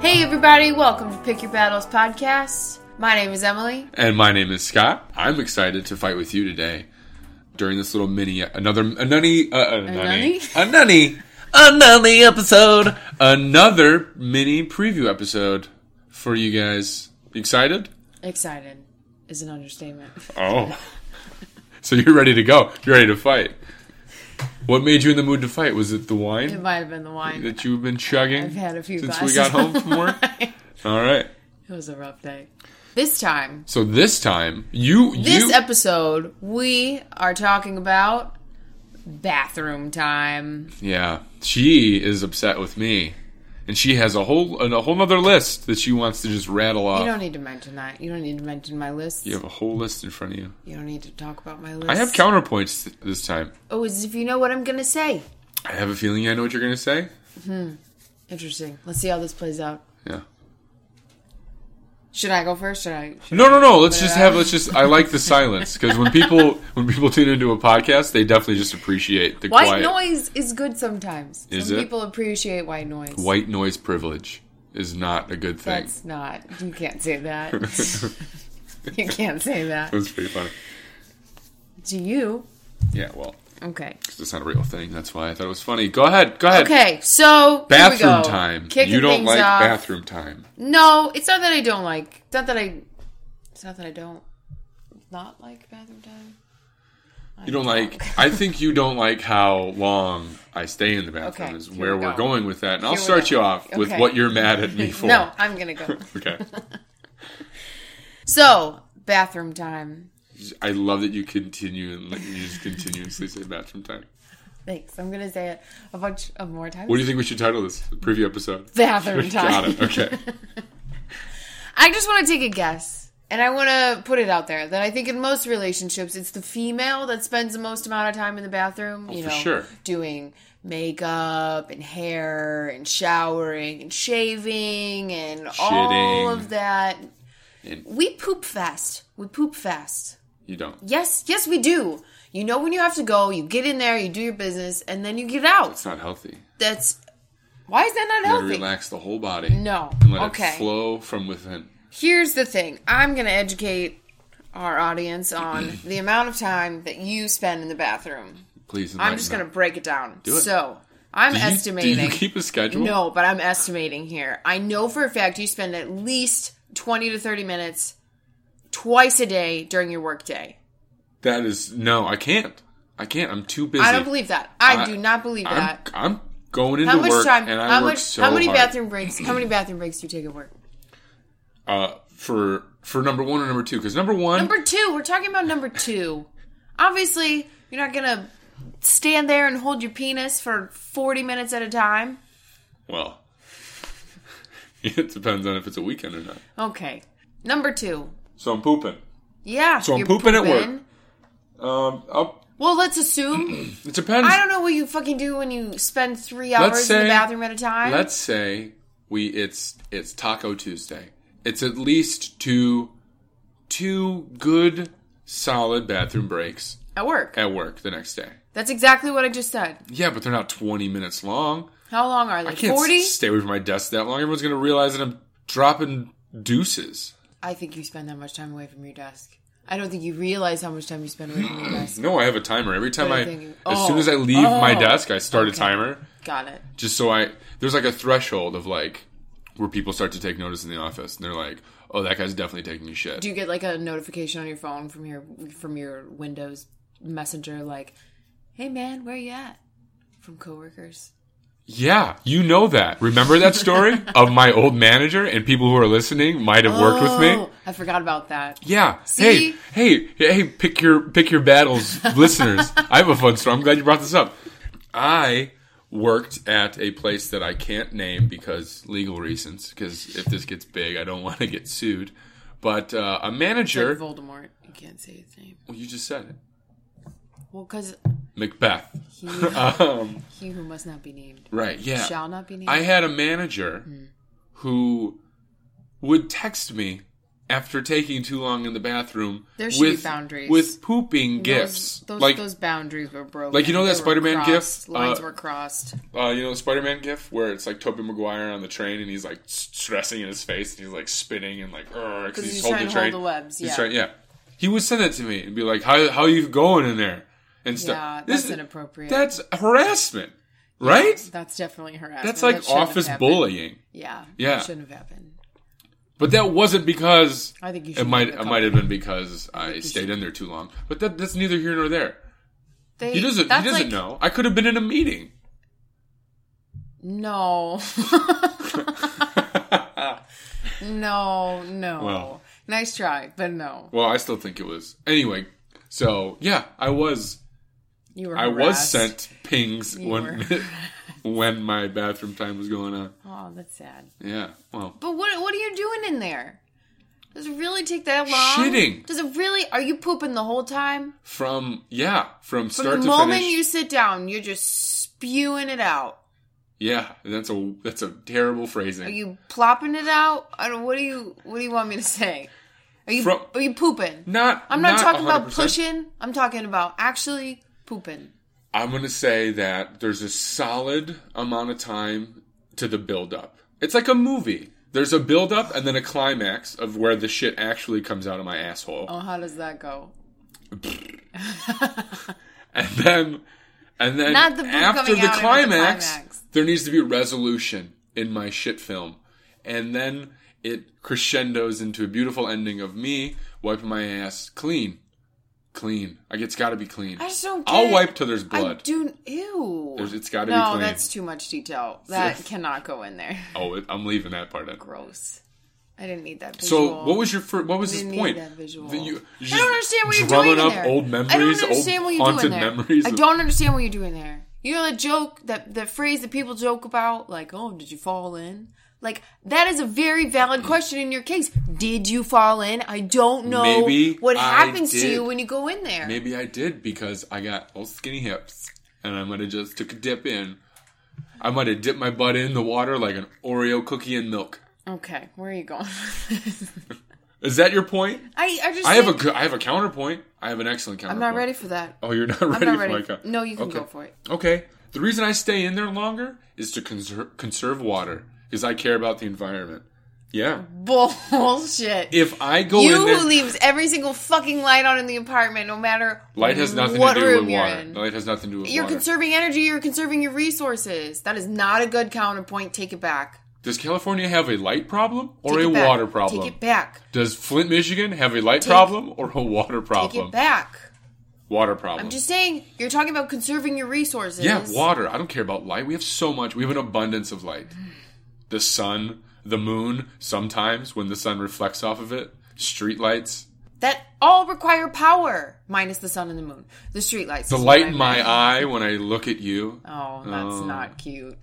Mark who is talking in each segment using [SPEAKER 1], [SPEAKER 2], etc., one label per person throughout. [SPEAKER 1] Hey, everybody, welcome to Pick Your Battles podcast. My name is Emily.
[SPEAKER 2] And my name is Scott. I'm excited to fight with you today during this little mini another a nunny uh, a, nunny
[SPEAKER 1] nunny?
[SPEAKER 2] a nunny a nunny episode another mini preview episode for you guys. You excited?
[SPEAKER 1] Excited is an understatement.
[SPEAKER 2] Oh, so you're ready to go? You're ready to fight? What made you in the mood to fight? Was it the
[SPEAKER 1] It
[SPEAKER 2] wine
[SPEAKER 1] might have been the wine.
[SPEAKER 2] that you've been chugging
[SPEAKER 1] I've had a few
[SPEAKER 2] since we
[SPEAKER 1] glasses
[SPEAKER 2] got home
[SPEAKER 1] of
[SPEAKER 2] from work?
[SPEAKER 1] wine.
[SPEAKER 2] All right.
[SPEAKER 1] It was a rough day. This time,
[SPEAKER 2] So this time you
[SPEAKER 1] this
[SPEAKER 2] you
[SPEAKER 1] episode, we are talking about bathroom time.
[SPEAKER 2] Yeah, she is upset with me, and she has a whole a whole other list that she wants to just rattle off.
[SPEAKER 1] You
[SPEAKER 2] You,
[SPEAKER 1] don't need to mention that. You don't need to mention my list.
[SPEAKER 2] have a whole list in front of you.
[SPEAKER 1] You don't need to talk about my list.
[SPEAKER 2] I have counterpoints th- this time.
[SPEAKER 1] Oh, as if you know what I'm going to say.
[SPEAKER 2] I have a feeling I know what you're gonna say.
[SPEAKER 1] Interesting. Let's see how this plays out.
[SPEAKER 2] Yeah.
[SPEAKER 1] Should I go first? Should I?
[SPEAKER 2] No, no, no. Let's just have. Let's just. I like the silence because when people when people tune into a podcast, they definitely just appreciate the
[SPEAKER 1] White
[SPEAKER 2] quiet.
[SPEAKER 1] noise is good sometimes.
[SPEAKER 2] Is
[SPEAKER 1] Some
[SPEAKER 2] it?
[SPEAKER 1] people appreciate white noise.
[SPEAKER 2] White noise privilege is not a good thing.
[SPEAKER 1] That's not. You can't say that. you can't say that.
[SPEAKER 2] That's pretty funny.
[SPEAKER 1] Do you?
[SPEAKER 2] Yeah, well,
[SPEAKER 1] Okay.
[SPEAKER 2] 'cause it's not a real thing. That's why I thought it was funny. Go ahead. Go ahead.
[SPEAKER 1] Okay. So here we
[SPEAKER 2] Bathroom
[SPEAKER 1] go.
[SPEAKER 2] time.
[SPEAKER 1] Kicking
[SPEAKER 2] you don't
[SPEAKER 1] things
[SPEAKER 2] like
[SPEAKER 1] off.
[SPEAKER 2] bathroom time.
[SPEAKER 1] No, it's not that I don't like. It's not that I. It's not that I don't not like bathroom time.
[SPEAKER 2] You don't like. I think you don't like how long I stay in the bathroom.
[SPEAKER 1] Okay,
[SPEAKER 2] Is
[SPEAKER 1] here
[SPEAKER 2] where
[SPEAKER 1] we
[SPEAKER 2] we are
[SPEAKER 1] go.
[SPEAKER 2] going with that, and I'll
[SPEAKER 1] Here we
[SPEAKER 2] start
[SPEAKER 1] go.
[SPEAKER 2] you off with
[SPEAKER 1] Okay.
[SPEAKER 2] what you're mad at me for.
[SPEAKER 1] No, I'm gonna go.
[SPEAKER 2] Okay.
[SPEAKER 1] so bathroom time.
[SPEAKER 2] I love that you continue and like, you just continuously say bathroom time.
[SPEAKER 1] Thanks. I'm gonna say it a bunch of more times.
[SPEAKER 2] What do you think we should title this preview episode?
[SPEAKER 1] bathroom time.
[SPEAKER 2] Got it. Okay.
[SPEAKER 1] I just want to take a guess. And I want to put it out there that I think in most relationships, it's the female that spends the most amount of time in the bathroom. you
[SPEAKER 2] Oh, for
[SPEAKER 1] know,
[SPEAKER 2] sure.
[SPEAKER 1] doing makeup and hair and showering and shaving and all
[SPEAKER 2] Shitting.
[SPEAKER 1] of that.
[SPEAKER 2] And-
[SPEAKER 1] we poop fast. We poop fast.
[SPEAKER 2] You don't.
[SPEAKER 1] Yes, yes, we do. You know when you have to go, you get in there, you do your business, and then you get out.
[SPEAKER 2] It's not healthy.
[SPEAKER 1] That's why is that not
[SPEAKER 2] You gotta
[SPEAKER 1] healthy?
[SPEAKER 2] relax the whole body.
[SPEAKER 1] No.
[SPEAKER 2] And let
[SPEAKER 1] okay.
[SPEAKER 2] it flow from within.
[SPEAKER 1] Here's the thing I'm going to educate our audience on the amount of time that you spend in the bathroom.
[SPEAKER 2] Please.
[SPEAKER 1] I'm just going
[SPEAKER 2] enlighten
[SPEAKER 1] to break it down.
[SPEAKER 2] it.
[SPEAKER 1] So, I'm
[SPEAKER 2] me. Do you-
[SPEAKER 1] estimating.
[SPEAKER 2] Do you keep a schedule?
[SPEAKER 1] no, but I'm estimating here. I know for a fact you spend at least 20 to 30 minutes twice a day during your workday.
[SPEAKER 2] That is no. I can't. I can't. I'm too busy.
[SPEAKER 1] I don't believe that. I,
[SPEAKER 2] I-
[SPEAKER 1] do not believe
[SPEAKER 2] I'm,
[SPEAKER 1] that.
[SPEAKER 2] I'm going into
[SPEAKER 1] How much
[SPEAKER 2] work
[SPEAKER 1] time?
[SPEAKER 2] and I
[SPEAKER 1] How
[SPEAKER 2] work
[SPEAKER 1] much?
[SPEAKER 2] so
[SPEAKER 1] how many
[SPEAKER 2] hard.
[SPEAKER 1] bathroom breaks? How many bathroom breaks do you take at work?
[SPEAKER 2] uh, for for number one or number two? Because number one,
[SPEAKER 1] Number two, we're talking about number two. Obviously, you're not gonna stand there and hold your penis for 40 minutes at a time.
[SPEAKER 2] well, it depends on if it's a weekend or not.
[SPEAKER 1] Okay. Number two.
[SPEAKER 2] So I'm pooping.
[SPEAKER 1] Yeah.
[SPEAKER 2] So I'm pooping at work. Um, I'll,
[SPEAKER 1] Well, let's assume.
[SPEAKER 2] it depends.
[SPEAKER 1] I don't know what you fucking do when you spend three hours in the
[SPEAKER 2] say-
[SPEAKER 1] bathroom at a time.
[SPEAKER 2] Let's say we it's it's Taco Tuesday. It's at least two two good solid bathroom breaks
[SPEAKER 1] at work.
[SPEAKER 2] at work the next day.
[SPEAKER 1] That's exactly what I just said.
[SPEAKER 2] Yeah, but they're not 20 minutes long.
[SPEAKER 1] How long are
[SPEAKER 2] I
[SPEAKER 1] they?
[SPEAKER 2] can't
[SPEAKER 1] 40?
[SPEAKER 2] stay away from my desk that long. Everyone's gonna realize that I'm dropping deuces.
[SPEAKER 1] I think you spend that much time away from your desk. I don't think you realize how much time you spend away from your desk.
[SPEAKER 2] No, I have a timer. Every time
[SPEAKER 1] What are
[SPEAKER 2] I,
[SPEAKER 1] you thinking?
[SPEAKER 2] as soon as I
[SPEAKER 1] Oh.
[SPEAKER 2] leave my
[SPEAKER 1] Oh.
[SPEAKER 2] desk, I start a timer
[SPEAKER 1] Got it.
[SPEAKER 2] just so I. There's like a threshold of like where people start to take notice in the office, and they're like, "Oh, that guy's definitely taking a shit."
[SPEAKER 1] Do you get like a notification on your phone from your from your Windows Messenger like, "Hey man, where you at?" from coworkers?
[SPEAKER 2] yeah, you know that. Remember that story of my old manager and people who are listening might have worked with me.
[SPEAKER 1] Oh, I forgot about that.
[SPEAKER 2] Yeah.
[SPEAKER 1] See?
[SPEAKER 2] Hey, hey, hey, pick your pick your battles, listeners. I have a fun story. I'm glad you brought this up. I worked at a place that I can't name because legal reasons, because if this gets big, I don't want to get sued. But uh, a manager,
[SPEAKER 1] Voldemort. You can't say his name.
[SPEAKER 2] well, you just said it,
[SPEAKER 1] Well, because
[SPEAKER 2] Macbeth.
[SPEAKER 1] he,
[SPEAKER 2] Um,
[SPEAKER 1] he who must not be named
[SPEAKER 2] right. Yeah.
[SPEAKER 1] shall not be named.
[SPEAKER 2] I had a manager who would text me after taking too long in the bathroom
[SPEAKER 1] There should be boundaries.
[SPEAKER 2] with pooping gifts.
[SPEAKER 1] Those, those,
[SPEAKER 2] like
[SPEAKER 1] those boundaries were broken.
[SPEAKER 2] Like, you know that
[SPEAKER 1] They were
[SPEAKER 2] Spider-Man gif?
[SPEAKER 1] crossed. Lines
[SPEAKER 2] Uh,
[SPEAKER 1] were crossed.
[SPEAKER 2] uh, you know the Spider-Man gif where it's like Tobey Maguire on the train and he's like s- stressing in his face and he's like spinning and like because
[SPEAKER 1] he's
[SPEAKER 2] he's,
[SPEAKER 1] trying
[SPEAKER 2] holding the
[SPEAKER 1] to hold
[SPEAKER 2] train.
[SPEAKER 1] the webs,
[SPEAKER 2] He's
[SPEAKER 1] yeah.
[SPEAKER 2] trying- yeah. He would send that to me and be like, "How how you going in there?" And stuff.
[SPEAKER 1] Yeah, that's inappropriate.
[SPEAKER 2] That's harassment, right?
[SPEAKER 1] That's definitely harassment.
[SPEAKER 2] that's
[SPEAKER 1] That
[SPEAKER 2] like
[SPEAKER 1] shouldn't have
[SPEAKER 2] office
[SPEAKER 1] happened.
[SPEAKER 2] bullying.
[SPEAKER 1] Yeah.
[SPEAKER 2] Yeah.
[SPEAKER 1] That shouldn't have happened.
[SPEAKER 2] But that wasn't because
[SPEAKER 1] I think you should
[SPEAKER 2] it might
[SPEAKER 1] leave the
[SPEAKER 2] it might have been because I stayed in there too long. But that that's neither here nor there.
[SPEAKER 1] They,
[SPEAKER 2] He doesn't he
[SPEAKER 1] that's
[SPEAKER 2] doesn't
[SPEAKER 1] like-
[SPEAKER 2] know. I could have been in a meeting.
[SPEAKER 1] No. no, no.
[SPEAKER 2] Well.
[SPEAKER 1] nice try, but no.
[SPEAKER 2] Well, I still think it was anyway. So yeah, I was
[SPEAKER 1] You were
[SPEAKER 2] I
[SPEAKER 1] harassed.
[SPEAKER 2] was sent pings
[SPEAKER 1] You
[SPEAKER 2] when when my bathroom time was going on.
[SPEAKER 1] Oh, that's sad.
[SPEAKER 2] Yeah. Well,
[SPEAKER 1] But what what are you doing in there? Does it really take that long?
[SPEAKER 2] Shitting.
[SPEAKER 1] Does it really are you pooping the whole time?
[SPEAKER 2] from yeah, from
[SPEAKER 1] From
[SPEAKER 2] start
[SPEAKER 1] the
[SPEAKER 2] to
[SPEAKER 1] moment
[SPEAKER 2] finish.
[SPEAKER 1] you sit down, you're just spewing it out.
[SPEAKER 2] yeah, that's a that's a terrible
[SPEAKER 1] Are
[SPEAKER 2] phrasing.
[SPEAKER 1] you plopping it out? I don't, what do you What do you want me to say? Are you
[SPEAKER 2] From-
[SPEAKER 1] Are you pooping?
[SPEAKER 2] not
[SPEAKER 1] I'm not, talking about
[SPEAKER 2] 100%.
[SPEAKER 1] pushing. I'm talking about actually pooping.
[SPEAKER 2] I'm going to say that there's a solid amount of time to the build up. It's like a movie. There's a build up and then a climax of where the shit actually comes out of my asshole.
[SPEAKER 1] Oh, how does that go?
[SPEAKER 2] And then and then
[SPEAKER 1] Not the poop
[SPEAKER 2] after
[SPEAKER 1] coming
[SPEAKER 2] the
[SPEAKER 1] out, I meant the
[SPEAKER 2] climax,
[SPEAKER 1] climax.
[SPEAKER 2] there needs to be resolution in my shit film. And then it crescendos into a beautiful ending of me wiping my ass clean. Clean. Like it's got to be clean.
[SPEAKER 1] I just don't. Get
[SPEAKER 2] I'll
[SPEAKER 1] it.
[SPEAKER 2] wipe till there's
[SPEAKER 1] I
[SPEAKER 2] blood.
[SPEAKER 1] do. Ew.
[SPEAKER 2] There's- it's gotta be
[SPEAKER 1] no,
[SPEAKER 2] clean.
[SPEAKER 1] that's too much detail. That cannot go in there.
[SPEAKER 2] Oh, it, I'm leaving that part in.
[SPEAKER 1] Gross. I didn't need that.
[SPEAKER 2] So
[SPEAKER 1] Visual.
[SPEAKER 2] what was your first, what was his
[SPEAKER 1] Didn't need
[SPEAKER 2] point?
[SPEAKER 1] that visual.
[SPEAKER 2] That you-
[SPEAKER 1] I
[SPEAKER 2] just
[SPEAKER 1] don't understand what you're
[SPEAKER 2] drumming
[SPEAKER 1] doing in
[SPEAKER 2] up
[SPEAKER 1] there.
[SPEAKER 2] old
[SPEAKER 1] I
[SPEAKER 2] memories,
[SPEAKER 1] don't understand
[SPEAKER 2] old
[SPEAKER 1] what you're
[SPEAKER 2] haunted
[SPEAKER 1] doing there.
[SPEAKER 2] memories.
[SPEAKER 1] I
[SPEAKER 2] of-
[SPEAKER 1] don't understand what you're doing there. You know the joke that the phrase that people joke about, like, "Oh, did you fall in?" Like that is a very valid question in your case. Did you fall in? I don't know
[SPEAKER 2] Maybe
[SPEAKER 1] what
[SPEAKER 2] I
[SPEAKER 1] happens to
[SPEAKER 2] did.
[SPEAKER 1] you when you go in there.
[SPEAKER 2] Maybe I did because I got old skinny hips, and I might have just took a dip in. I might have dipped my butt in the water like an Oreo cookie in milk.
[SPEAKER 1] Okay, where are you going?
[SPEAKER 2] Is that your point?
[SPEAKER 1] I, I just
[SPEAKER 2] I have a
[SPEAKER 1] think-
[SPEAKER 2] good- I have a counterpoint. I have an excellent
[SPEAKER 1] I'm not
[SPEAKER 2] counterpoint.
[SPEAKER 1] ready for that.
[SPEAKER 2] Oh, you're not
[SPEAKER 1] I'm
[SPEAKER 2] ready
[SPEAKER 1] not
[SPEAKER 2] for my
[SPEAKER 1] ready.
[SPEAKER 2] count.
[SPEAKER 1] no, you can
[SPEAKER 2] Okay.
[SPEAKER 1] go for it.
[SPEAKER 2] Okay. The reason I stay in there longer is to conserve conserve water because I care about the environment. Yeah.
[SPEAKER 1] Bullshit.
[SPEAKER 2] If I go in
[SPEAKER 1] you
[SPEAKER 2] there,
[SPEAKER 1] who leaves every single fucking light on in the apartment, no matter
[SPEAKER 2] Light has nothing
[SPEAKER 1] what
[SPEAKER 2] to do
[SPEAKER 1] room
[SPEAKER 2] with
[SPEAKER 1] you're
[SPEAKER 2] water.
[SPEAKER 1] in.
[SPEAKER 2] Light has nothing to do with
[SPEAKER 1] You're
[SPEAKER 2] water.
[SPEAKER 1] conserving energy. You're conserving your resources. That is not a good counterpoint. Take it back.
[SPEAKER 2] Does California have a light problem or
[SPEAKER 1] Take
[SPEAKER 2] a
[SPEAKER 1] it back.
[SPEAKER 2] water problem?
[SPEAKER 1] Take it back.
[SPEAKER 2] Does Flint, Michigan have a light problem or a water
[SPEAKER 1] Take
[SPEAKER 2] problem?
[SPEAKER 1] it back.
[SPEAKER 2] Water problem.
[SPEAKER 1] I'm just saying. You're talking about conserving your resources.
[SPEAKER 2] yeah, water. I don't care about light. We have so much. We have an abundance of light. The sun, the moon, sometimes when the sun reflects off of it, street lights.
[SPEAKER 1] That all require power, minus the sun and the moon, the streetlights.
[SPEAKER 2] The light in my eye when I look at you.
[SPEAKER 1] Oh, that's not cute.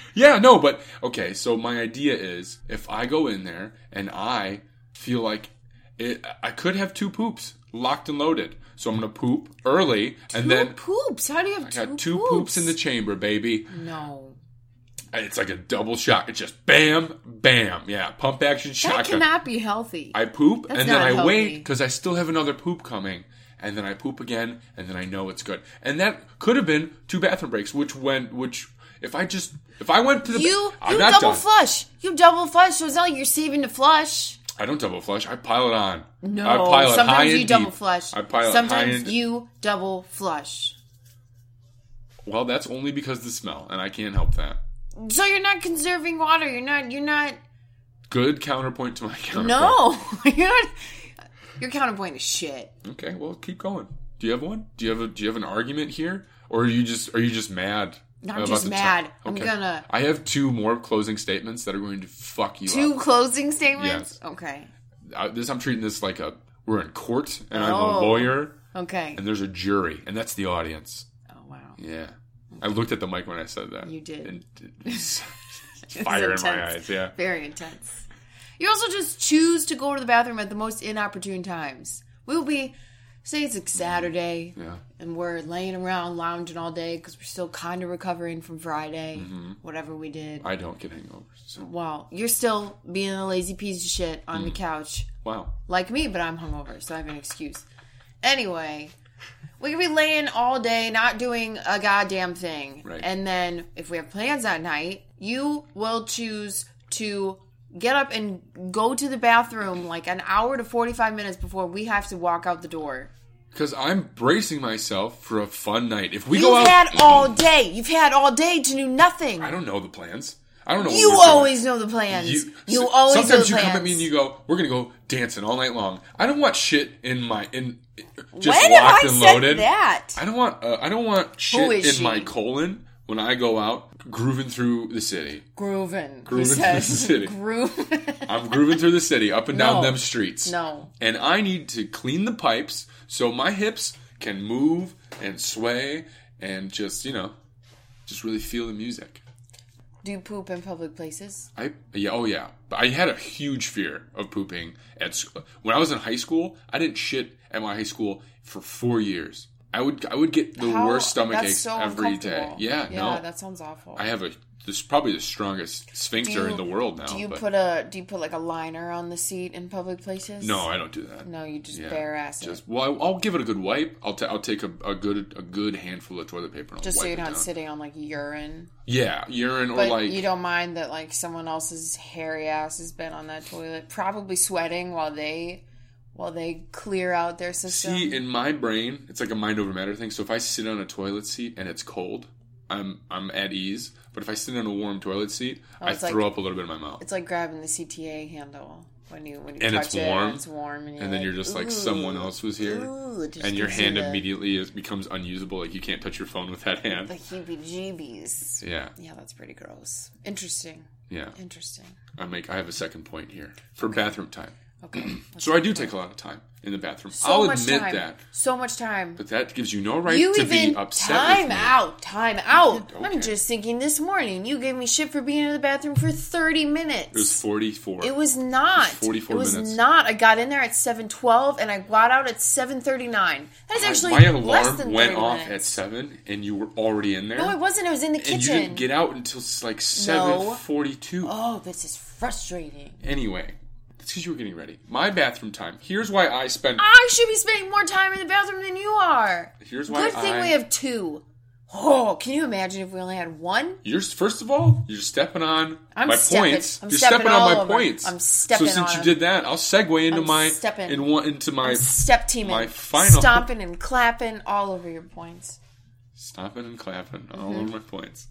[SPEAKER 2] yeah, no, but okay. So my idea is, if I go in there and I feel like it, I could have two poops locked and loaded. So I'm gonna poop early, and
[SPEAKER 1] two
[SPEAKER 2] then
[SPEAKER 1] poops. How do you have two,
[SPEAKER 2] got two poops in the chamber, baby.
[SPEAKER 1] No,
[SPEAKER 2] It's like a double shot. It's just bam, bam. Yeah, pump action
[SPEAKER 1] that
[SPEAKER 2] shotgun.
[SPEAKER 1] cannot be healthy.
[SPEAKER 2] I poop
[SPEAKER 1] That's
[SPEAKER 2] and then
[SPEAKER 1] not
[SPEAKER 2] I wait 'cause
[SPEAKER 1] healthy.
[SPEAKER 2] wait because I still have another poop coming. And then I poop again, and then I know it's good. And that could have been two bathroom breaks, which went, which if I just if I went to the
[SPEAKER 1] You
[SPEAKER 2] I'm
[SPEAKER 1] you
[SPEAKER 2] not
[SPEAKER 1] double
[SPEAKER 2] done.
[SPEAKER 1] flush. You double flush, so it's not like you're saving to flush.
[SPEAKER 2] I don't double flush. I pile it on.
[SPEAKER 1] No,
[SPEAKER 2] I pile it high
[SPEAKER 1] sometimes you
[SPEAKER 2] and
[SPEAKER 1] double
[SPEAKER 2] deep.
[SPEAKER 1] flush.
[SPEAKER 2] I pile it high
[SPEAKER 1] sometimes
[SPEAKER 2] and
[SPEAKER 1] you double flush.
[SPEAKER 2] well, that's only because the smell, and I can't help that.
[SPEAKER 1] So you're not conserving water. You're not. You're not.
[SPEAKER 2] Good counterpoint to my counterpoint.
[SPEAKER 1] No, you're not. Your counterpoint is shit.
[SPEAKER 2] Okay, well, keep going. Do you have one? Do you have a Do you have an argument here, or are you just are you just mad?
[SPEAKER 1] I'm
[SPEAKER 2] about
[SPEAKER 1] just
[SPEAKER 2] the ti-
[SPEAKER 1] mad. I'm gonna-
[SPEAKER 2] I have two more closing statements that are going to fuck you
[SPEAKER 1] Two
[SPEAKER 2] up.
[SPEAKER 1] closing statements.
[SPEAKER 2] Yes.
[SPEAKER 1] Okay.
[SPEAKER 2] I, this I'm treating this like a we're in court and I'm
[SPEAKER 1] Oh.
[SPEAKER 2] a lawyer
[SPEAKER 1] Okay.
[SPEAKER 2] and there's a jury and that's the audience.
[SPEAKER 1] Oh wow.
[SPEAKER 2] Yeah, I looked at the mic when I said that.
[SPEAKER 1] You did.
[SPEAKER 2] And it was fire in
[SPEAKER 1] It's
[SPEAKER 2] my
[SPEAKER 1] intense.
[SPEAKER 2] eyes. Yeah.
[SPEAKER 1] Very intense. You also just choose to go to the bathroom at the most inopportune times. We will be Say it's like Saturday
[SPEAKER 2] Yeah.
[SPEAKER 1] and we're laying around lounging all day because we're still kind of recovering from Friday,
[SPEAKER 2] Mm-hmm.
[SPEAKER 1] whatever we did.
[SPEAKER 2] I don't get hangovers. So
[SPEAKER 1] Wow, you're still being a lazy piece of shit on
[SPEAKER 2] Mm.
[SPEAKER 1] the couch
[SPEAKER 2] wow.
[SPEAKER 1] like me, but I'm hungover, so I have an excuse. Anyway, we could be laying all day not doing a goddamn thing.
[SPEAKER 2] Right.
[SPEAKER 1] And then if we have plans that night, you will choose to get up and go to the bathroom like an hour to 45 minutes before we have to walk out the door.
[SPEAKER 2] Because I'm bracing myself for a fun night. If we
[SPEAKER 1] You've
[SPEAKER 2] go out,
[SPEAKER 1] had all day. You've had all day to do nothing.
[SPEAKER 2] I don't know the plans. I don't know. what
[SPEAKER 1] You
[SPEAKER 2] we're doing.
[SPEAKER 1] always know the plans. You,
[SPEAKER 2] so-
[SPEAKER 1] always know the
[SPEAKER 2] sometimes you
[SPEAKER 1] plans.
[SPEAKER 2] come at me and you go, "We're gonna go dancing all night long." I don't want shit in my in just
[SPEAKER 1] when have
[SPEAKER 2] locked
[SPEAKER 1] I
[SPEAKER 2] and
[SPEAKER 1] said
[SPEAKER 2] loaded.
[SPEAKER 1] that?
[SPEAKER 2] I don't want uh, I don't want shit in
[SPEAKER 1] is she?
[SPEAKER 2] my colon when I go out grooving through the city.
[SPEAKER 1] Grooving.
[SPEAKER 2] Groovin'
[SPEAKER 1] he says.
[SPEAKER 2] through the city.
[SPEAKER 1] Groovin'.
[SPEAKER 2] I'm grooving through the city up and down
[SPEAKER 1] No.
[SPEAKER 2] them streets.
[SPEAKER 1] No.
[SPEAKER 2] And I need to clean the pipes so my hips can move and sway and just, you know, just really feel the music.
[SPEAKER 1] Do you poop in public places?
[SPEAKER 2] I yeah, oh yeah. But I had a huge fear of pooping at school. When I was in high school, I didn't shit at my high school for 4 years. I would I would get the
[SPEAKER 1] How-
[SPEAKER 2] worst stomach
[SPEAKER 1] that's
[SPEAKER 2] aches
[SPEAKER 1] so
[SPEAKER 2] every day.
[SPEAKER 1] uncomfortable.
[SPEAKER 2] Yeah,
[SPEAKER 1] yeah,
[SPEAKER 2] no.
[SPEAKER 1] that sounds awful.
[SPEAKER 2] I have a this is probably the strongest
[SPEAKER 1] Do
[SPEAKER 2] sphincter in the world now.
[SPEAKER 1] Do you
[SPEAKER 2] but
[SPEAKER 1] put a do you put like a liner on the seat in public places?
[SPEAKER 2] No, I don't do that.
[SPEAKER 1] No, you just
[SPEAKER 2] Yeah,
[SPEAKER 1] bare ass it. Just,
[SPEAKER 2] Just well, I- I'll give it a good wipe. I'll ta- I'll take a, a good a good handful of toilet paper. And I'll
[SPEAKER 1] so
[SPEAKER 2] wipe
[SPEAKER 1] you're
[SPEAKER 2] it
[SPEAKER 1] not
[SPEAKER 2] down.
[SPEAKER 1] sitting on like urine.
[SPEAKER 2] Yeah, urine or
[SPEAKER 1] But
[SPEAKER 2] like
[SPEAKER 1] you don't mind that like someone else's hairy ass has been on that toilet, probably sweating while they while they clear out their system.
[SPEAKER 2] see in my brain, it's like a mind over matter thing. So if I sit on a toilet seat and it's cold, I'm I'm at ease. But if I sit on a warm toilet seat, I
[SPEAKER 1] Oh, it's like-
[SPEAKER 2] throw up a little bit in my mouth,
[SPEAKER 1] it's like grabbing the CTA handle when you when you
[SPEAKER 2] And
[SPEAKER 1] touch
[SPEAKER 2] it's
[SPEAKER 1] it
[SPEAKER 2] warm.
[SPEAKER 1] and it's warm and,
[SPEAKER 2] and then you're just like someone
[SPEAKER 1] "Ooh,
[SPEAKER 2] else was here,
[SPEAKER 1] ooh," it just
[SPEAKER 2] and your
[SPEAKER 1] gives you
[SPEAKER 2] hand
[SPEAKER 1] the-
[SPEAKER 2] immediately is, becomes unusable. Like you can't touch your phone with that hand.
[SPEAKER 1] the heebie-jeebies.
[SPEAKER 2] yeah,
[SPEAKER 1] Yeah, that's pretty gross. Interesting.
[SPEAKER 2] yeah.
[SPEAKER 1] Interesting.
[SPEAKER 2] I make I have a second point here for bathroom time.
[SPEAKER 1] Okay.
[SPEAKER 2] So I do take a lot of time in the bathroom.
[SPEAKER 1] So
[SPEAKER 2] I'll
[SPEAKER 1] much
[SPEAKER 2] admit
[SPEAKER 1] time.
[SPEAKER 2] that.
[SPEAKER 1] So much time.
[SPEAKER 2] But that gives you no right
[SPEAKER 1] you
[SPEAKER 2] to
[SPEAKER 1] even
[SPEAKER 2] be upset
[SPEAKER 1] time
[SPEAKER 2] with me.
[SPEAKER 1] out, time out.
[SPEAKER 2] Okay.
[SPEAKER 1] I'm just thinking this morning you gave me shit for being in the bathroom for 30 minutes.
[SPEAKER 2] It was 44.
[SPEAKER 1] It was not.
[SPEAKER 2] 44
[SPEAKER 1] it was
[SPEAKER 2] minutes.
[SPEAKER 1] not. I got in there at 7:12 and I got out at 7:39. That's actually
[SPEAKER 2] My alarm
[SPEAKER 1] less than
[SPEAKER 2] went
[SPEAKER 1] 30
[SPEAKER 2] off at
[SPEAKER 1] minutes.
[SPEAKER 2] 7 and you were already in there.
[SPEAKER 1] No, it wasn't. I was in the
[SPEAKER 2] and you
[SPEAKER 1] kitchen.
[SPEAKER 2] didn't get out until s- like 7:42.
[SPEAKER 1] oh, this is frustrating.
[SPEAKER 2] Anyway, that's cuz you were getting ready. My bathroom time. Here's why I spend
[SPEAKER 1] I should be spending more time in the bathroom than you are.
[SPEAKER 2] Here's why
[SPEAKER 1] Good thing
[SPEAKER 2] I-
[SPEAKER 1] we have two. Oh, can you imagine if we only had one?
[SPEAKER 2] You're first of all, you're stepping on
[SPEAKER 1] I'm
[SPEAKER 2] my
[SPEAKER 1] stepping-
[SPEAKER 2] points.
[SPEAKER 1] I'm
[SPEAKER 2] you're
[SPEAKER 1] stepping
[SPEAKER 2] stepping, on
[SPEAKER 1] all
[SPEAKER 2] my
[SPEAKER 1] over.
[SPEAKER 2] points.
[SPEAKER 1] I'm stepping
[SPEAKER 2] So since
[SPEAKER 1] on
[SPEAKER 2] you
[SPEAKER 1] them.
[SPEAKER 2] did that, I'll segue into
[SPEAKER 1] I'm
[SPEAKER 2] my
[SPEAKER 1] stepping.
[SPEAKER 2] and one into my
[SPEAKER 1] Step teaming,
[SPEAKER 2] my final-
[SPEAKER 1] stomping and clapping all over your points.
[SPEAKER 2] stopping and clapping all over my points.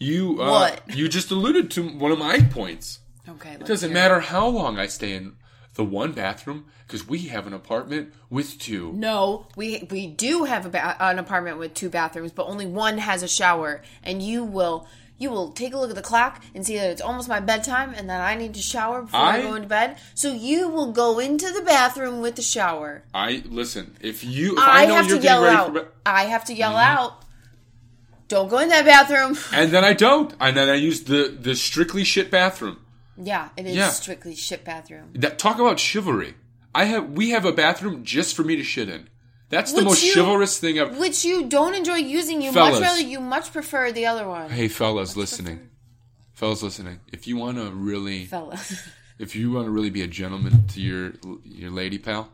[SPEAKER 2] You uh,
[SPEAKER 1] Mm-hmm. What?
[SPEAKER 2] you just alluded to one of my points.
[SPEAKER 1] Okay,
[SPEAKER 2] It doesn't matter how long I stay in the one bathroom because we have an apartment with two.
[SPEAKER 1] No, we we do have a ba- an apartment with two bathrooms, but only one has a shower. And you will you will take a look at the clock and see that it's almost my bedtime, and that I need to shower before I,
[SPEAKER 2] I-
[SPEAKER 1] go into bed. So you will go into the bathroom with the shower.
[SPEAKER 2] I listen. If you, if I,
[SPEAKER 1] I,
[SPEAKER 2] know
[SPEAKER 1] have
[SPEAKER 2] you're
[SPEAKER 1] to yell
[SPEAKER 2] getting ready
[SPEAKER 1] out.
[SPEAKER 2] for, ba- Mm-hmm.
[SPEAKER 1] I have to yell out. Don't go in that bathroom.
[SPEAKER 2] and then I don't, and then I use the the strictly shit bathroom.
[SPEAKER 1] yeah, it is
[SPEAKER 2] Yeah.
[SPEAKER 1] strictly shit bathroom.
[SPEAKER 2] That talk about chivalry. I have we have a bathroom just for me to shit in. That's the
[SPEAKER 1] Would
[SPEAKER 2] most
[SPEAKER 1] you-
[SPEAKER 2] chivalrous thing ever.
[SPEAKER 1] Which you don't enjoy using. You
[SPEAKER 2] Fellas.
[SPEAKER 1] much rather you much prefer the other one.
[SPEAKER 2] Hey, fellas listening, fellas listening. If you want to really
[SPEAKER 1] Fella.
[SPEAKER 2] if you want to really be a gentleman to your your lady pal,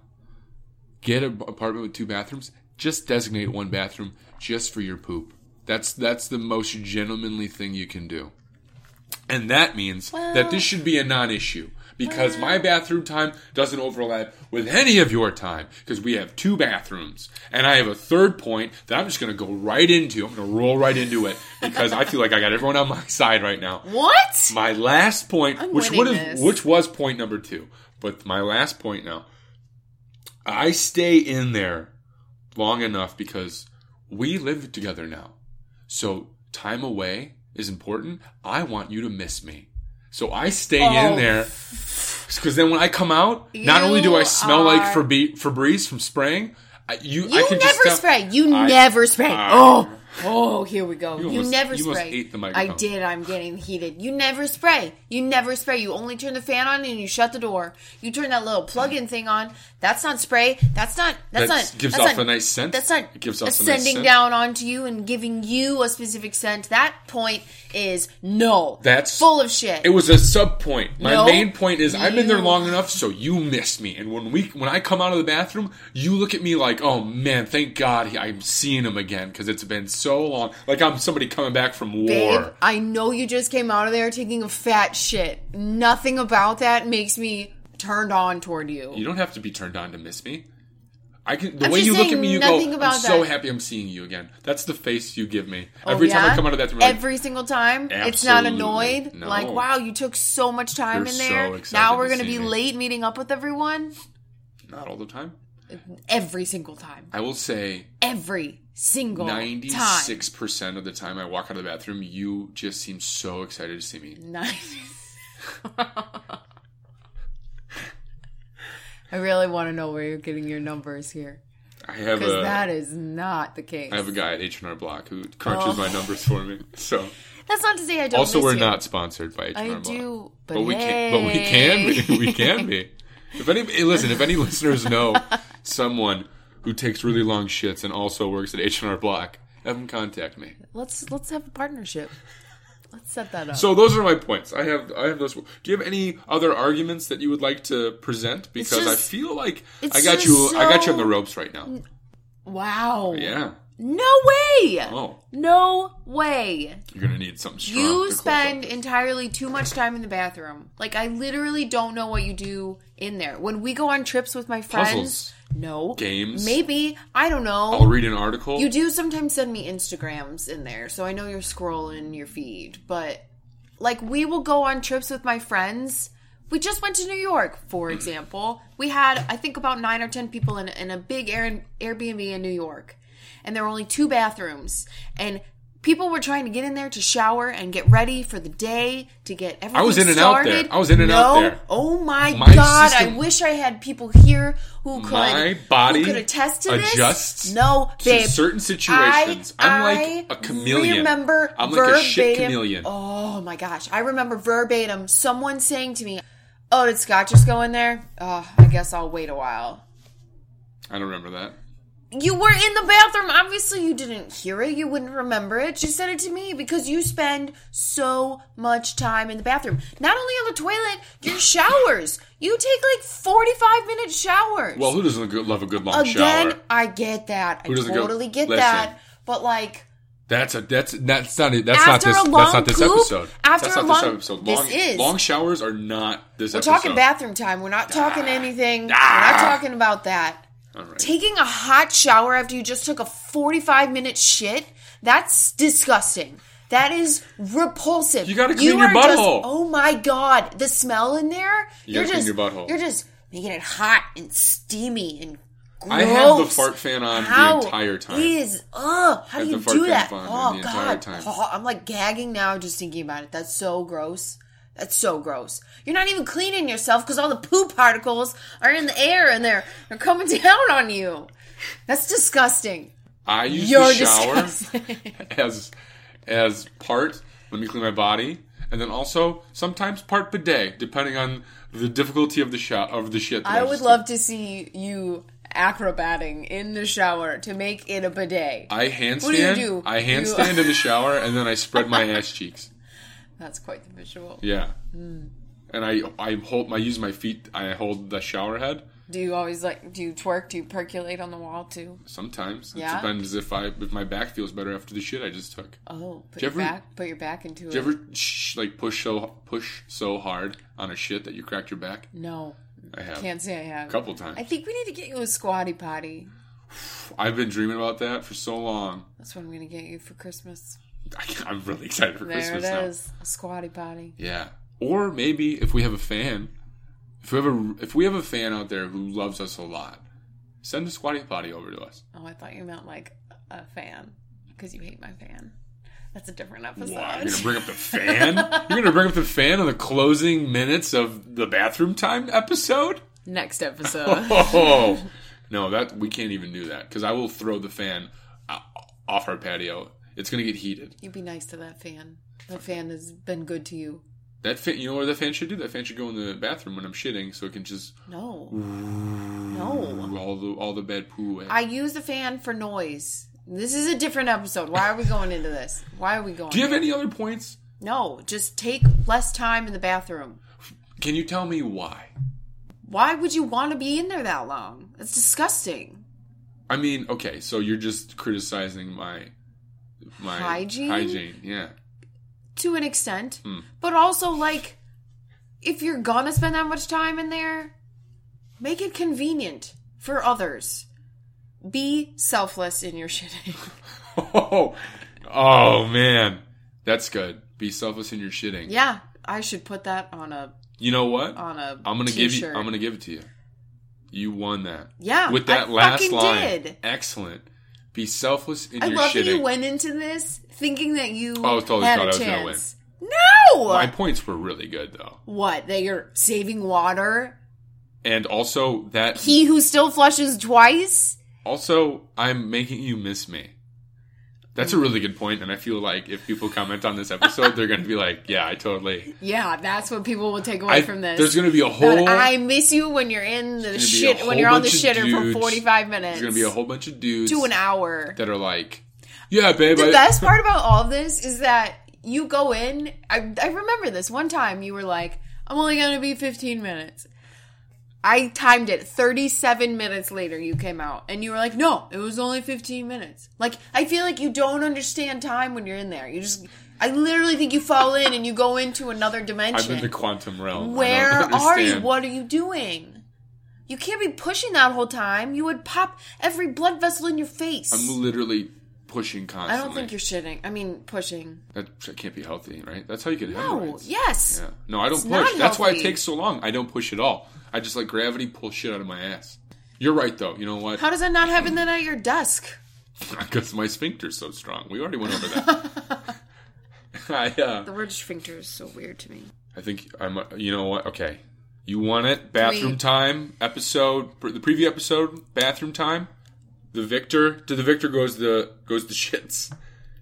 [SPEAKER 2] get an apartment with two bathrooms. Just designate one bathroom just for your poop. That's that's the most gentlemanly thing you can do, and that means that this should be a non-issue because my bathroom time doesn't overlap with any of your time because we have two bathrooms and i have a third point that i'm just going to go right into i'm going to roll right into it because i feel like i got everyone on my side right now
[SPEAKER 1] what?
[SPEAKER 2] my last point,
[SPEAKER 1] I'm
[SPEAKER 2] which
[SPEAKER 1] winning
[SPEAKER 2] would have,
[SPEAKER 1] this.
[SPEAKER 2] which was point number two, but my last point now. I stay in there long enough because we live together now, so time away is important. I want you to miss me, so I stay
[SPEAKER 1] Oh.
[SPEAKER 2] in there because then when I come out, not only do I
[SPEAKER 1] You
[SPEAKER 2] smell like
[SPEAKER 1] are-
[SPEAKER 2] Fabi- Febreze from spraying, I, you,
[SPEAKER 1] You
[SPEAKER 2] I can
[SPEAKER 1] never
[SPEAKER 2] just tell-
[SPEAKER 1] spray. You
[SPEAKER 2] I-
[SPEAKER 1] never spray.
[SPEAKER 2] I-
[SPEAKER 1] oh, Oh, here we go. You,
[SPEAKER 2] almost-
[SPEAKER 1] never
[SPEAKER 2] you
[SPEAKER 1] spray.
[SPEAKER 2] almost ate the
[SPEAKER 1] I
[SPEAKER 2] microphone.
[SPEAKER 1] did. I'm getting heated. You never spray. You never spray. You only turn the fan on and you shut the door. You turn that little plug-in thing on. That's not spray. That's not. That's
[SPEAKER 2] That
[SPEAKER 1] not.
[SPEAKER 2] gives
[SPEAKER 1] that's
[SPEAKER 2] off
[SPEAKER 1] not-
[SPEAKER 2] a nice scent.
[SPEAKER 1] That's not.
[SPEAKER 2] It gives off a nice
[SPEAKER 1] ascending
[SPEAKER 2] scent.
[SPEAKER 1] down onto you and giving you a specific scent. That point is no.
[SPEAKER 2] That's-
[SPEAKER 1] full of shit.
[SPEAKER 2] It was a sub point. My
[SPEAKER 1] No.
[SPEAKER 2] main point is I've been there
[SPEAKER 1] You-
[SPEAKER 2] long enough, so you missed me. And when we when I come out of the bathroom, you look at me like, "Oh man, thank God he- I'm seeing him again because it's been so long." Like I'm somebody coming back from war.
[SPEAKER 1] Babe, I know you just came out of there taking a fat shit. Nothing about that makes me turned on toward you.
[SPEAKER 2] You don't have to be turned on to miss me. I can. The
[SPEAKER 1] I'm
[SPEAKER 2] way
[SPEAKER 1] just
[SPEAKER 2] you look
[SPEAKER 1] saying
[SPEAKER 2] at me, you
[SPEAKER 1] nothing
[SPEAKER 2] go,
[SPEAKER 1] about
[SPEAKER 2] "I'm so
[SPEAKER 1] that."
[SPEAKER 2] happy I'm seeing you again." That's the face you give me
[SPEAKER 1] Oh,
[SPEAKER 2] every time
[SPEAKER 1] yeah?
[SPEAKER 2] I come out of that room. like,
[SPEAKER 1] Every single time, it's not
[SPEAKER 2] Absolutely
[SPEAKER 1] annoyed.
[SPEAKER 2] no.
[SPEAKER 1] Like, wow, you took so much time
[SPEAKER 2] They're
[SPEAKER 1] in
[SPEAKER 2] so
[SPEAKER 1] there.
[SPEAKER 2] excited
[SPEAKER 1] now
[SPEAKER 2] to
[SPEAKER 1] we're gonna
[SPEAKER 2] see
[SPEAKER 1] be
[SPEAKER 2] me.
[SPEAKER 1] late meeting up with everyone.
[SPEAKER 2] not all the time.
[SPEAKER 1] Every single time,
[SPEAKER 2] I will say
[SPEAKER 1] every single time.
[SPEAKER 2] Ninety-six percent of the time I walk out of the bathroom, you just seem so excited to see me.
[SPEAKER 1] Nine. I really want to know where you're getting your numbers here,
[SPEAKER 2] I have
[SPEAKER 1] because
[SPEAKER 2] a
[SPEAKER 1] that is not the case.
[SPEAKER 2] I have a guy at H and R Block who crunches my numbers for me. So
[SPEAKER 1] That's not to say Oh. I don't.
[SPEAKER 2] also,
[SPEAKER 1] miss
[SPEAKER 2] we're
[SPEAKER 1] you.
[SPEAKER 2] not sponsored by H and
[SPEAKER 1] I
[SPEAKER 2] R Block,
[SPEAKER 1] do, but,
[SPEAKER 2] but we
[SPEAKER 1] hey.
[SPEAKER 2] can. But we can be. We can be. If any hey, listen, if any listeners know someone who takes really long shits and also works at H and R Block, have them contact me.
[SPEAKER 1] Let's let's have a partnership. Let's set that up.
[SPEAKER 2] So those are my points. I have I have those. Do you have any other arguments that you would like to present? Because I
[SPEAKER 1] just-
[SPEAKER 2] feel like
[SPEAKER 1] it's
[SPEAKER 2] I got
[SPEAKER 1] just
[SPEAKER 2] you. I got you on
[SPEAKER 1] so-
[SPEAKER 2] the ropes right now.
[SPEAKER 1] wow.
[SPEAKER 2] Yeah.
[SPEAKER 1] No way.
[SPEAKER 2] Oh,
[SPEAKER 1] No way.
[SPEAKER 2] you're gonna need something strong.
[SPEAKER 1] You
[SPEAKER 2] to close up
[SPEAKER 1] spend
[SPEAKER 2] this.
[SPEAKER 1] entirely too much time in the bathroom. Like I literally don't know what you do in there. When we go on trips with my friends,
[SPEAKER 2] Puzzles.
[SPEAKER 1] no
[SPEAKER 2] Games.
[SPEAKER 1] Maybe I don't know.
[SPEAKER 2] I'll read an article.
[SPEAKER 1] you do sometimes send me Instagrams in there, so I know you're scrolling your feed. But like we will go on trips with my friends. We just went to New York, for example. We had I think about nine or ten people in, in a big Air, Airbnb in New York, and there were only two bathrooms, and people were trying to get in there to shower and get ready for the day to get everything.
[SPEAKER 2] was in and out
[SPEAKER 1] started.
[SPEAKER 2] there. I was in and out
[SPEAKER 1] No.
[SPEAKER 2] there.
[SPEAKER 1] Oh my,
[SPEAKER 2] My
[SPEAKER 1] god!
[SPEAKER 2] system-
[SPEAKER 1] I wish I had people here who could
[SPEAKER 2] My body
[SPEAKER 1] who could attest to this.
[SPEAKER 2] adjusts
[SPEAKER 1] No,
[SPEAKER 2] to
[SPEAKER 1] babe,
[SPEAKER 2] certain situations. I'm like
[SPEAKER 1] I
[SPEAKER 2] a chameleon.
[SPEAKER 1] Remember
[SPEAKER 2] I'm like a shit
[SPEAKER 1] verbatim-
[SPEAKER 2] chameleon.
[SPEAKER 1] Oh my gosh, I remember verbatim someone saying to me, "Oh, did Scott just go in there? Oh, I guess I'll wait a while."
[SPEAKER 2] I don't remember that.
[SPEAKER 1] You were in the bathroom. Obviously, you didn't hear it. You wouldn't remember it. She said it to me because you spend so much time in the bathroom. Not only on the toilet, your showers. You take like 45 minute showers.
[SPEAKER 2] Well, who doesn't look good- love a good long
[SPEAKER 1] Again,
[SPEAKER 2] shower?
[SPEAKER 1] I get that. I
[SPEAKER 2] doesn't go-
[SPEAKER 1] totally get
[SPEAKER 2] Listen.
[SPEAKER 1] that. But like
[SPEAKER 2] That's a that's that's not it. That's
[SPEAKER 1] After
[SPEAKER 2] not
[SPEAKER 1] a
[SPEAKER 2] this.
[SPEAKER 1] long
[SPEAKER 2] That's not this
[SPEAKER 1] poop,
[SPEAKER 2] episode.
[SPEAKER 1] after
[SPEAKER 2] that's
[SPEAKER 1] a
[SPEAKER 2] not
[SPEAKER 1] long-
[SPEAKER 2] this episode.
[SPEAKER 1] this
[SPEAKER 2] Long,
[SPEAKER 1] is.
[SPEAKER 2] long showers are not this
[SPEAKER 1] we're
[SPEAKER 2] episode.
[SPEAKER 1] talking bathroom time. We're not talking anything. We're not
[SPEAKER 2] Ah.
[SPEAKER 1] talking about that.
[SPEAKER 2] All right.
[SPEAKER 1] Taking a hot shower after you just took a 45 minute shit, that's disgusting. That is repulsive.
[SPEAKER 2] You gotta clean your
[SPEAKER 1] are just-
[SPEAKER 2] butthole.
[SPEAKER 1] Oh my god, the smell in there. You are
[SPEAKER 2] gotta
[SPEAKER 1] just,
[SPEAKER 2] clean your butthole.
[SPEAKER 1] You're just making it hot and steamy and gross.
[SPEAKER 2] I had the fart fan on the
[SPEAKER 1] How
[SPEAKER 2] entire time.
[SPEAKER 1] Is ugh? How do
[SPEAKER 2] the
[SPEAKER 1] you
[SPEAKER 2] fart
[SPEAKER 1] do
[SPEAKER 2] fan
[SPEAKER 1] that?
[SPEAKER 2] on
[SPEAKER 1] Oh
[SPEAKER 2] the entire
[SPEAKER 1] god,
[SPEAKER 2] time.
[SPEAKER 1] Oh, I'm like gagging now just thinking about it. That's so gross. That's so gross. You're not even cleaning yourself because all the poop particles are in the air and they're they're coming down on you. That's disgusting.
[SPEAKER 2] I use
[SPEAKER 1] You're
[SPEAKER 2] the shower
[SPEAKER 1] disgusting.
[SPEAKER 2] as as part. Let me clean my body, and then also sometimes part bidet, depending on the difficulty of the shot of the shit. That
[SPEAKER 1] I
[SPEAKER 2] I
[SPEAKER 1] would
[SPEAKER 2] just
[SPEAKER 1] love to see you acrobating in the shower to make it a bidet.
[SPEAKER 2] I handstand.
[SPEAKER 1] do you do?
[SPEAKER 2] I
[SPEAKER 1] You-
[SPEAKER 2] handstand in the shower, and then I spread my ass cheeks.
[SPEAKER 1] That's quite the visual.
[SPEAKER 2] Yeah.
[SPEAKER 1] Hmm.
[SPEAKER 2] And I I hold I use my feet. I hold the shower head
[SPEAKER 1] Do you always like do you twerk? Do you percolate on the wall too?
[SPEAKER 2] sometimes. It
[SPEAKER 1] Yeah?
[SPEAKER 2] depends if I if my back feels better after the shit I just took.
[SPEAKER 1] Oh, put
[SPEAKER 2] Do
[SPEAKER 1] your
[SPEAKER 2] you ever-
[SPEAKER 1] back put your back into
[SPEAKER 2] Do
[SPEAKER 1] it.
[SPEAKER 2] you ever sh- like push so push so hard on a shit that you cracked your back?
[SPEAKER 1] no.
[SPEAKER 2] I have
[SPEAKER 1] Can't say I have.
[SPEAKER 2] a couple times.
[SPEAKER 1] I think we need to get you a squatty potty.
[SPEAKER 2] I've been dreaming about that for so long.
[SPEAKER 1] That's what I'm gonna get you for Christmas.
[SPEAKER 2] I, am really excited for
[SPEAKER 1] There
[SPEAKER 2] Christmas
[SPEAKER 1] it
[SPEAKER 2] now.
[SPEAKER 1] is, a squatty potty.
[SPEAKER 2] Yeah. Or maybe if we have a fan, if we have a if we have a fan out there who loves us a lot, send a squatty potty over to us.
[SPEAKER 1] Oh, I thought you meant like a fan because you hate my fan. That's a different episode.
[SPEAKER 2] Wow, you're gonna bring up the fan? you're gonna bring up the fan on the closing minutes of the bathroom time episode?
[SPEAKER 1] Next episode.
[SPEAKER 2] Oh no, that we can't even do that because I will throw the fan o- off our patio It's gonna get heated.
[SPEAKER 1] You'd be nice to that fan. That fan has been good to you.
[SPEAKER 2] That fan, you know where that fan should do? That fan should go in the bathroom when I'm shitting, so it can just
[SPEAKER 1] No. No.
[SPEAKER 2] all the all the bad poo away.
[SPEAKER 1] I use the fan for noise. This is a different episode. Why are we going into this? Why are we going?
[SPEAKER 2] do you have
[SPEAKER 1] here?
[SPEAKER 2] any other points?
[SPEAKER 1] No, just take less time in the bathroom.
[SPEAKER 2] Can you tell me why?
[SPEAKER 1] Why would you want to be in there that long? It's disgusting.
[SPEAKER 2] I mean, okay, so you're just criticizing my my
[SPEAKER 1] Hygiene?
[SPEAKER 2] Hygiene, yeah.
[SPEAKER 1] to an extent,
[SPEAKER 2] Hmm.
[SPEAKER 1] but also like if you're gonna spend that much time in there, make it convenient for others. Be selfless in your shitting.
[SPEAKER 2] Oh, oh man, that's good. Be selfless in your shitting.
[SPEAKER 1] yeah, I should put that on a
[SPEAKER 2] You know what?
[SPEAKER 1] on a.
[SPEAKER 2] I'm gonna give you.
[SPEAKER 1] t-shirt.
[SPEAKER 2] I'm gonna give it to you. You won that.
[SPEAKER 1] Yeah,
[SPEAKER 2] With that
[SPEAKER 1] I
[SPEAKER 2] last
[SPEAKER 1] fucking
[SPEAKER 2] line,
[SPEAKER 1] did.
[SPEAKER 2] excellent. Be selfless in
[SPEAKER 1] I
[SPEAKER 2] your
[SPEAKER 1] love
[SPEAKER 2] shitting. Oh,
[SPEAKER 1] that you went into this thinking that you
[SPEAKER 2] I was totally
[SPEAKER 1] had
[SPEAKER 2] thought I
[SPEAKER 1] a
[SPEAKER 2] was gonna
[SPEAKER 1] chance. No,
[SPEAKER 2] My points were really good though,
[SPEAKER 1] what that you're saving water.
[SPEAKER 2] and also that.
[SPEAKER 1] He who still flushes twice.
[SPEAKER 2] also, I'm making you miss me. That's a really good point, and I feel like if people comment on this episode, they're gonna be like, "Yeah, I totally."
[SPEAKER 1] Yeah, that's what people will take away
[SPEAKER 2] I,
[SPEAKER 1] from this.
[SPEAKER 2] There's gonna be a
[SPEAKER 1] But
[SPEAKER 2] whole.
[SPEAKER 1] I miss you when you're in the
[SPEAKER 2] There's gonna be a
[SPEAKER 1] shit
[SPEAKER 2] whole
[SPEAKER 1] when you're on the
[SPEAKER 2] bunch of
[SPEAKER 1] shitter
[SPEAKER 2] dudes.
[SPEAKER 1] for 45 minutes
[SPEAKER 2] there's gonna be a whole bunch of dudes
[SPEAKER 1] to an hour.
[SPEAKER 2] that are like, "Yeah, babe."
[SPEAKER 1] The
[SPEAKER 2] I,
[SPEAKER 1] best part about all of this is that you go in. I, I remember this one time you were like, "I'm only gonna be 15 minutes." I timed it. 37 minutes later, you came out and you were like, "No, it was only 15 minutes." Like I feel like you don't understand time when you're in there. You just, I literally think you fall in and you go into another
[SPEAKER 2] I'm
[SPEAKER 1] dimension.
[SPEAKER 2] in the quantum realm. I don't
[SPEAKER 1] Where are you?
[SPEAKER 2] understand.
[SPEAKER 1] What are you doing? You can't be pushing that whole time. You would pop every blood vessel in your face.
[SPEAKER 2] I'm literally pushing
[SPEAKER 1] I
[SPEAKER 2] constantly.
[SPEAKER 1] don't think you're shitting. I mean, pushing.
[SPEAKER 2] That, that can't be healthy, right? That's how you get
[SPEAKER 1] Oh,
[SPEAKER 2] hemorrhoids.
[SPEAKER 1] yes.
[SPEAKER 2] Yeah. No, I don't
[SPEAKER 1] not
[SPEAKER 2] push. That's why it
[SPEAKER 1] healthy.
[SPEAKER 2] takes so long. I don't push at all. I just let gravity pull shit out of my ass. You're right, though. You know what?
[SPEAKER 1] How does that not happen then at your desk?
[SPEAKER 2] Because my sphincter's so strong. We already went over that. I, uh,
[SPEAKER 1] The word sphincter is so weird to me.
[SPEAKER 2] I think I'm. uh, You know what? Okay. You want it? Bathroom
[SPEAKER 1] Three.
[SPEAKER 2] time episode. pr- The preview episode. Bathroom time. The victor to the victor goes the goes the shits.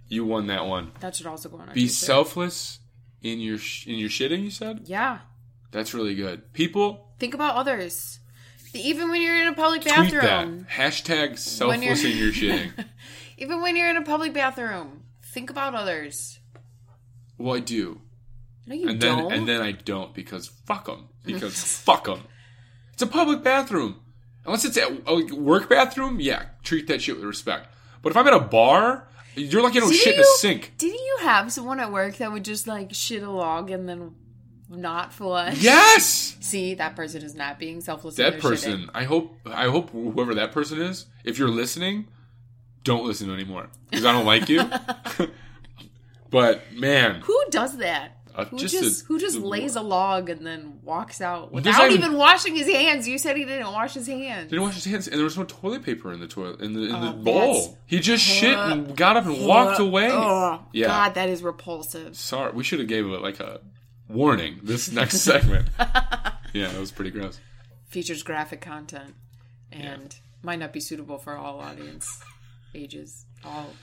[SPEAKER 2] You won that one.
[SPEAKER 1] That should also go on our
[SPEAKER 2] Be
[SPEAKER 1] t-shirt.
[SPEAKER 2] selfless in your sh- in your shitting. You said
[SPEAKER 1] Yeah.
[SPEAKER 2] that's really good. People
[SPEAKER 1] Think about others. Even when you're in a public
[SPEAKER 2] tweet
[SPEAKER 1] bathroom.
[SPEAKER 2] that hashtag selfless
[SPEAKER 1] you're-
[SPEAKER 2] in your shitting.
[SPEAKER 1] Even when you're in a public bathroom. Think about others.
[SPEAKER 2] Well, I do,
[SPEAKER 1] No, you
[SPEAKER 2] and then
[SPEAKER 1] don't.
[SPEAKER 2] and then I don't because fuck them because fuck them. It's a public bathroom. Unless it's at a work bathroom, yeah, treat that shit with respect. But if I'm at a bar, you're like you don't
[SPEAKER 1] Didn't
[SPEAKER 2] shit in a
[SPEAKER 1] you-
[SPEAKER 2] sink.
[SPEAKER 1] Didn't you have someone at work that would just like shit a log and then not flush?
[SPEAKER 2] Yes,
[SPEAKER 1] See, that person is not being selfless. in
[SPEAKER 2] that
[SPEAKER 1] their
[SPEAKER 2] person. I hope I hope whoever that person is, if you're listening, don't listen anymore because I don't like you. but
[SPEAKER 1] shitting.
[SPEAKER 2] man,
[SPEAKER 1] Who does that?
[SPEAKER 2] Uh,
[SPEAKER 1] who
[SPEAKER 2] just
[SPEAKER 1] just,
[SPEAKER 2] the-
[SPEAKER 1] who just
[SPEAKER 2] the-
[SPEAKER 1] lays a log and then walks out
[SPEAKER 2] there's
[SPEAKER 1] without
[SPEAKER 2] not even-
[SPEAKER 1] even washing his hands? You said he didn't wash his hands.
[SPEAKER 2] Didn't wash his hands, and there was no toilet paper in the toilet in the in the
[SPEAKER 1] Oh,
[SPEAKER 2] bowl.
[SPEAKER 1] that's-
[SPEAKER 2] He just shit and got up and walked away.
[SPEAKER 1] Oh,
[SPEAKER 2] yeah,
[SPEAKER 1] God, that is repulsive.
[SPEAKER 2] sorry. We should have gave it like a warning. This next segment. yeah, that was pretty gross.
[SPEAKER 1] Features graphic content and might not be suitable for all audience ages. All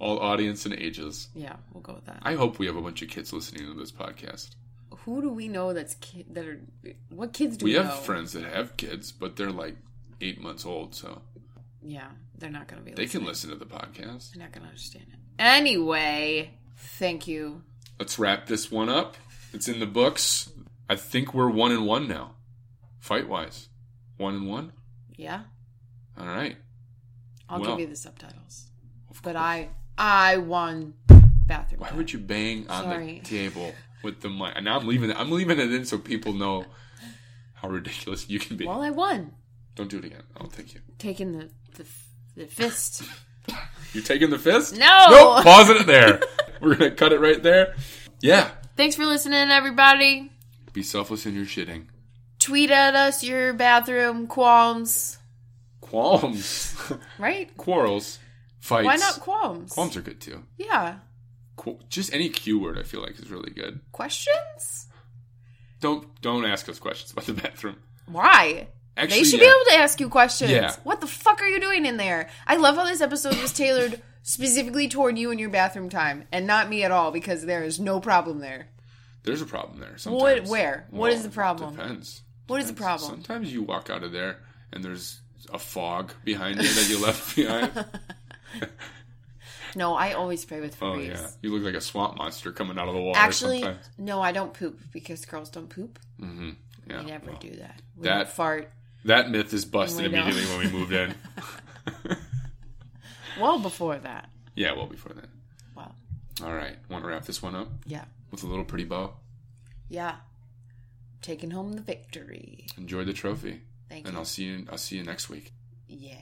[SPEAKER 2] All audience and ages.
[SPEAKER 1] yeah, we'll go with that.
[SPEAKER 2] I hope we have a bunch of kids listening to this podcast.
[SPEAKER 1] Who do we know that's ki- that are what kids do
[SPEAKER 2] We
[SPEAKER 1] we,
[SPEAKER 2] have
[SPEAKER 1] know?
[SPEAKER 2] friends that have kids, but they're like eight months old, so
[SPEAKER 1] Yeah, they're not going to be.
[SPEAKER 2] they can
[SPEAKER 1] listening.
[SPEAKER 2] listen to the podcast.
[SPEAKER 1] They're not going to understand it. Anyway, thank you.
[SPEAKER 2] Let's wrap this one up. It's in the books. I think we're one and one now, fight wise. One and one.
[SPEAKER 1] Yeah,
[SPEAKER 2] All right.
[SPEAKER 1] I'll
[SPEAKER 2] Well.
[SPEAKER 1] give you the subtitles. But I, I won bathroom.
[SPEAKER 2] Why would you bang on
[SPEAKER 1] Sorry.
[SPEAKER 2] the table with the mic? And now I'm leaving. It, I'm leaving it in so people know how ridiculous you can be.
[SPEAKER 1] Well, I won.
[SPEAKER 2] Don't do it again. I'll take you.
[SPEAKER 1] Taking the the, the fist.
[SPEAKER 2] You taking the fist?
[SPEAKER 1] No!
[SPEAKER 2] Nope. Pausing it there. We're gonna cut it right there. Yeah.
[SPEAKER 1] Thanks for listening, everybody.
[SPEAKER 2] Be selfless in your shitting.
[SPEAKER 1] Tweet at us your bathroom qualms.
[SPEAKER 2] Qualms,
[SPEAKER 1] Right?
[SPEAKER 2] quarrels, fights.
[SPEAKER 1] Why not qualms?
[SPEAKER 2] Qualms are good too.
[SPEAKER 1] Yeah.
[SPEAKER 2] Qu- just any Q word I feel like is really good.
[SPEAKER 1] Questions?
[SPEAKER 2] Don't don't ask us questions about the bathroom.
[SPEAKER 1] Why?
[SPEAKER 2] Actually,
[SPEAKER 1] they should
[SPEAKER 2] yeah.
[SPEAKER 1] be able to ask you questions.
[SPEAKER 2] Yeah.
[SPEAKER 1] What the fuck are you doing in there? I love how this episode was tailored specifically toward you and your bathroom time, and not me at all because there is no problem there.
[SPEAKER 2] There's a problem there. Sometimes.
[SPEAKER 1] What? Where? What
[SPEAKER 2] Well,
[SPEAKER 1] is the problem?
[SPEAKER 2] Depends.
[SPEAKER 1] What is the
[SPEAKER 2] Depends.
[SPEAKER 1] problem?
[SPEAKER 2] Sometimes you walk out of there and there's a fog behind you that you left behind.
[SPEAKER 1] No, I always pray with
[SPEAKER 2] Oh
[SPEAKER 1] Febreze.
[SPEAKER 2] yeah, you look like a swamp monster coming out of the water.
[SPEAKER 1] Actually,
[SPEAKER 2] sometimes.
[SPEAKER 1] no, I don't poop because girls don't poop.
[SPEAKER 2] yeah.
[SPEAKER 1] We never do that. We
[SPEAKER 2] that-
[SPEAKER 1] don't fart.
[SPEAKER 2] That myth is busted
[SPEAKER 1] We know.
[SPEAKER 2] immediately when we moved in.
[SPEAKER 1] Well, before that.
[SPEAKER 2] yeah, well before that.
[SPEAKER 1] Well,
[SPEAKER 2] All right, want to wrap this one up
[SPEAKER 1] yeah,
[SPEAKER 2] with a little pretty bow.
[SPEAKER 1] yeah. Taking home the victory.
[SPEAKER 2] Enjoy the trophy,
[SPEAKER 1] Thank
[SPEAKER 2] and
[SPEAKER 1] you.
[SPEAKER 2] I'll see you. I'll see you next week.
[SPEAKER 1] Yeah.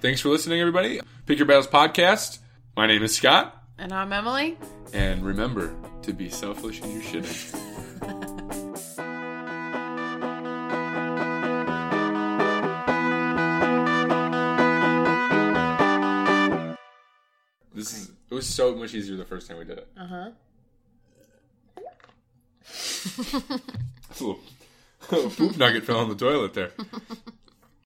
[SPEAKER 2] Thanks for listening, everybody. Pick Your Battles podcast. My name is Scott,
[SPEAKER 1] And I'm Emily.
[SPEAKER 2] and remember to be selfish in your shitting. This is, it was so much easier the first time we did it.
[SPEAKER 1] Uh huh.
[SPEAKER 2] It's a little, a little poop nugget fell on the toilet there.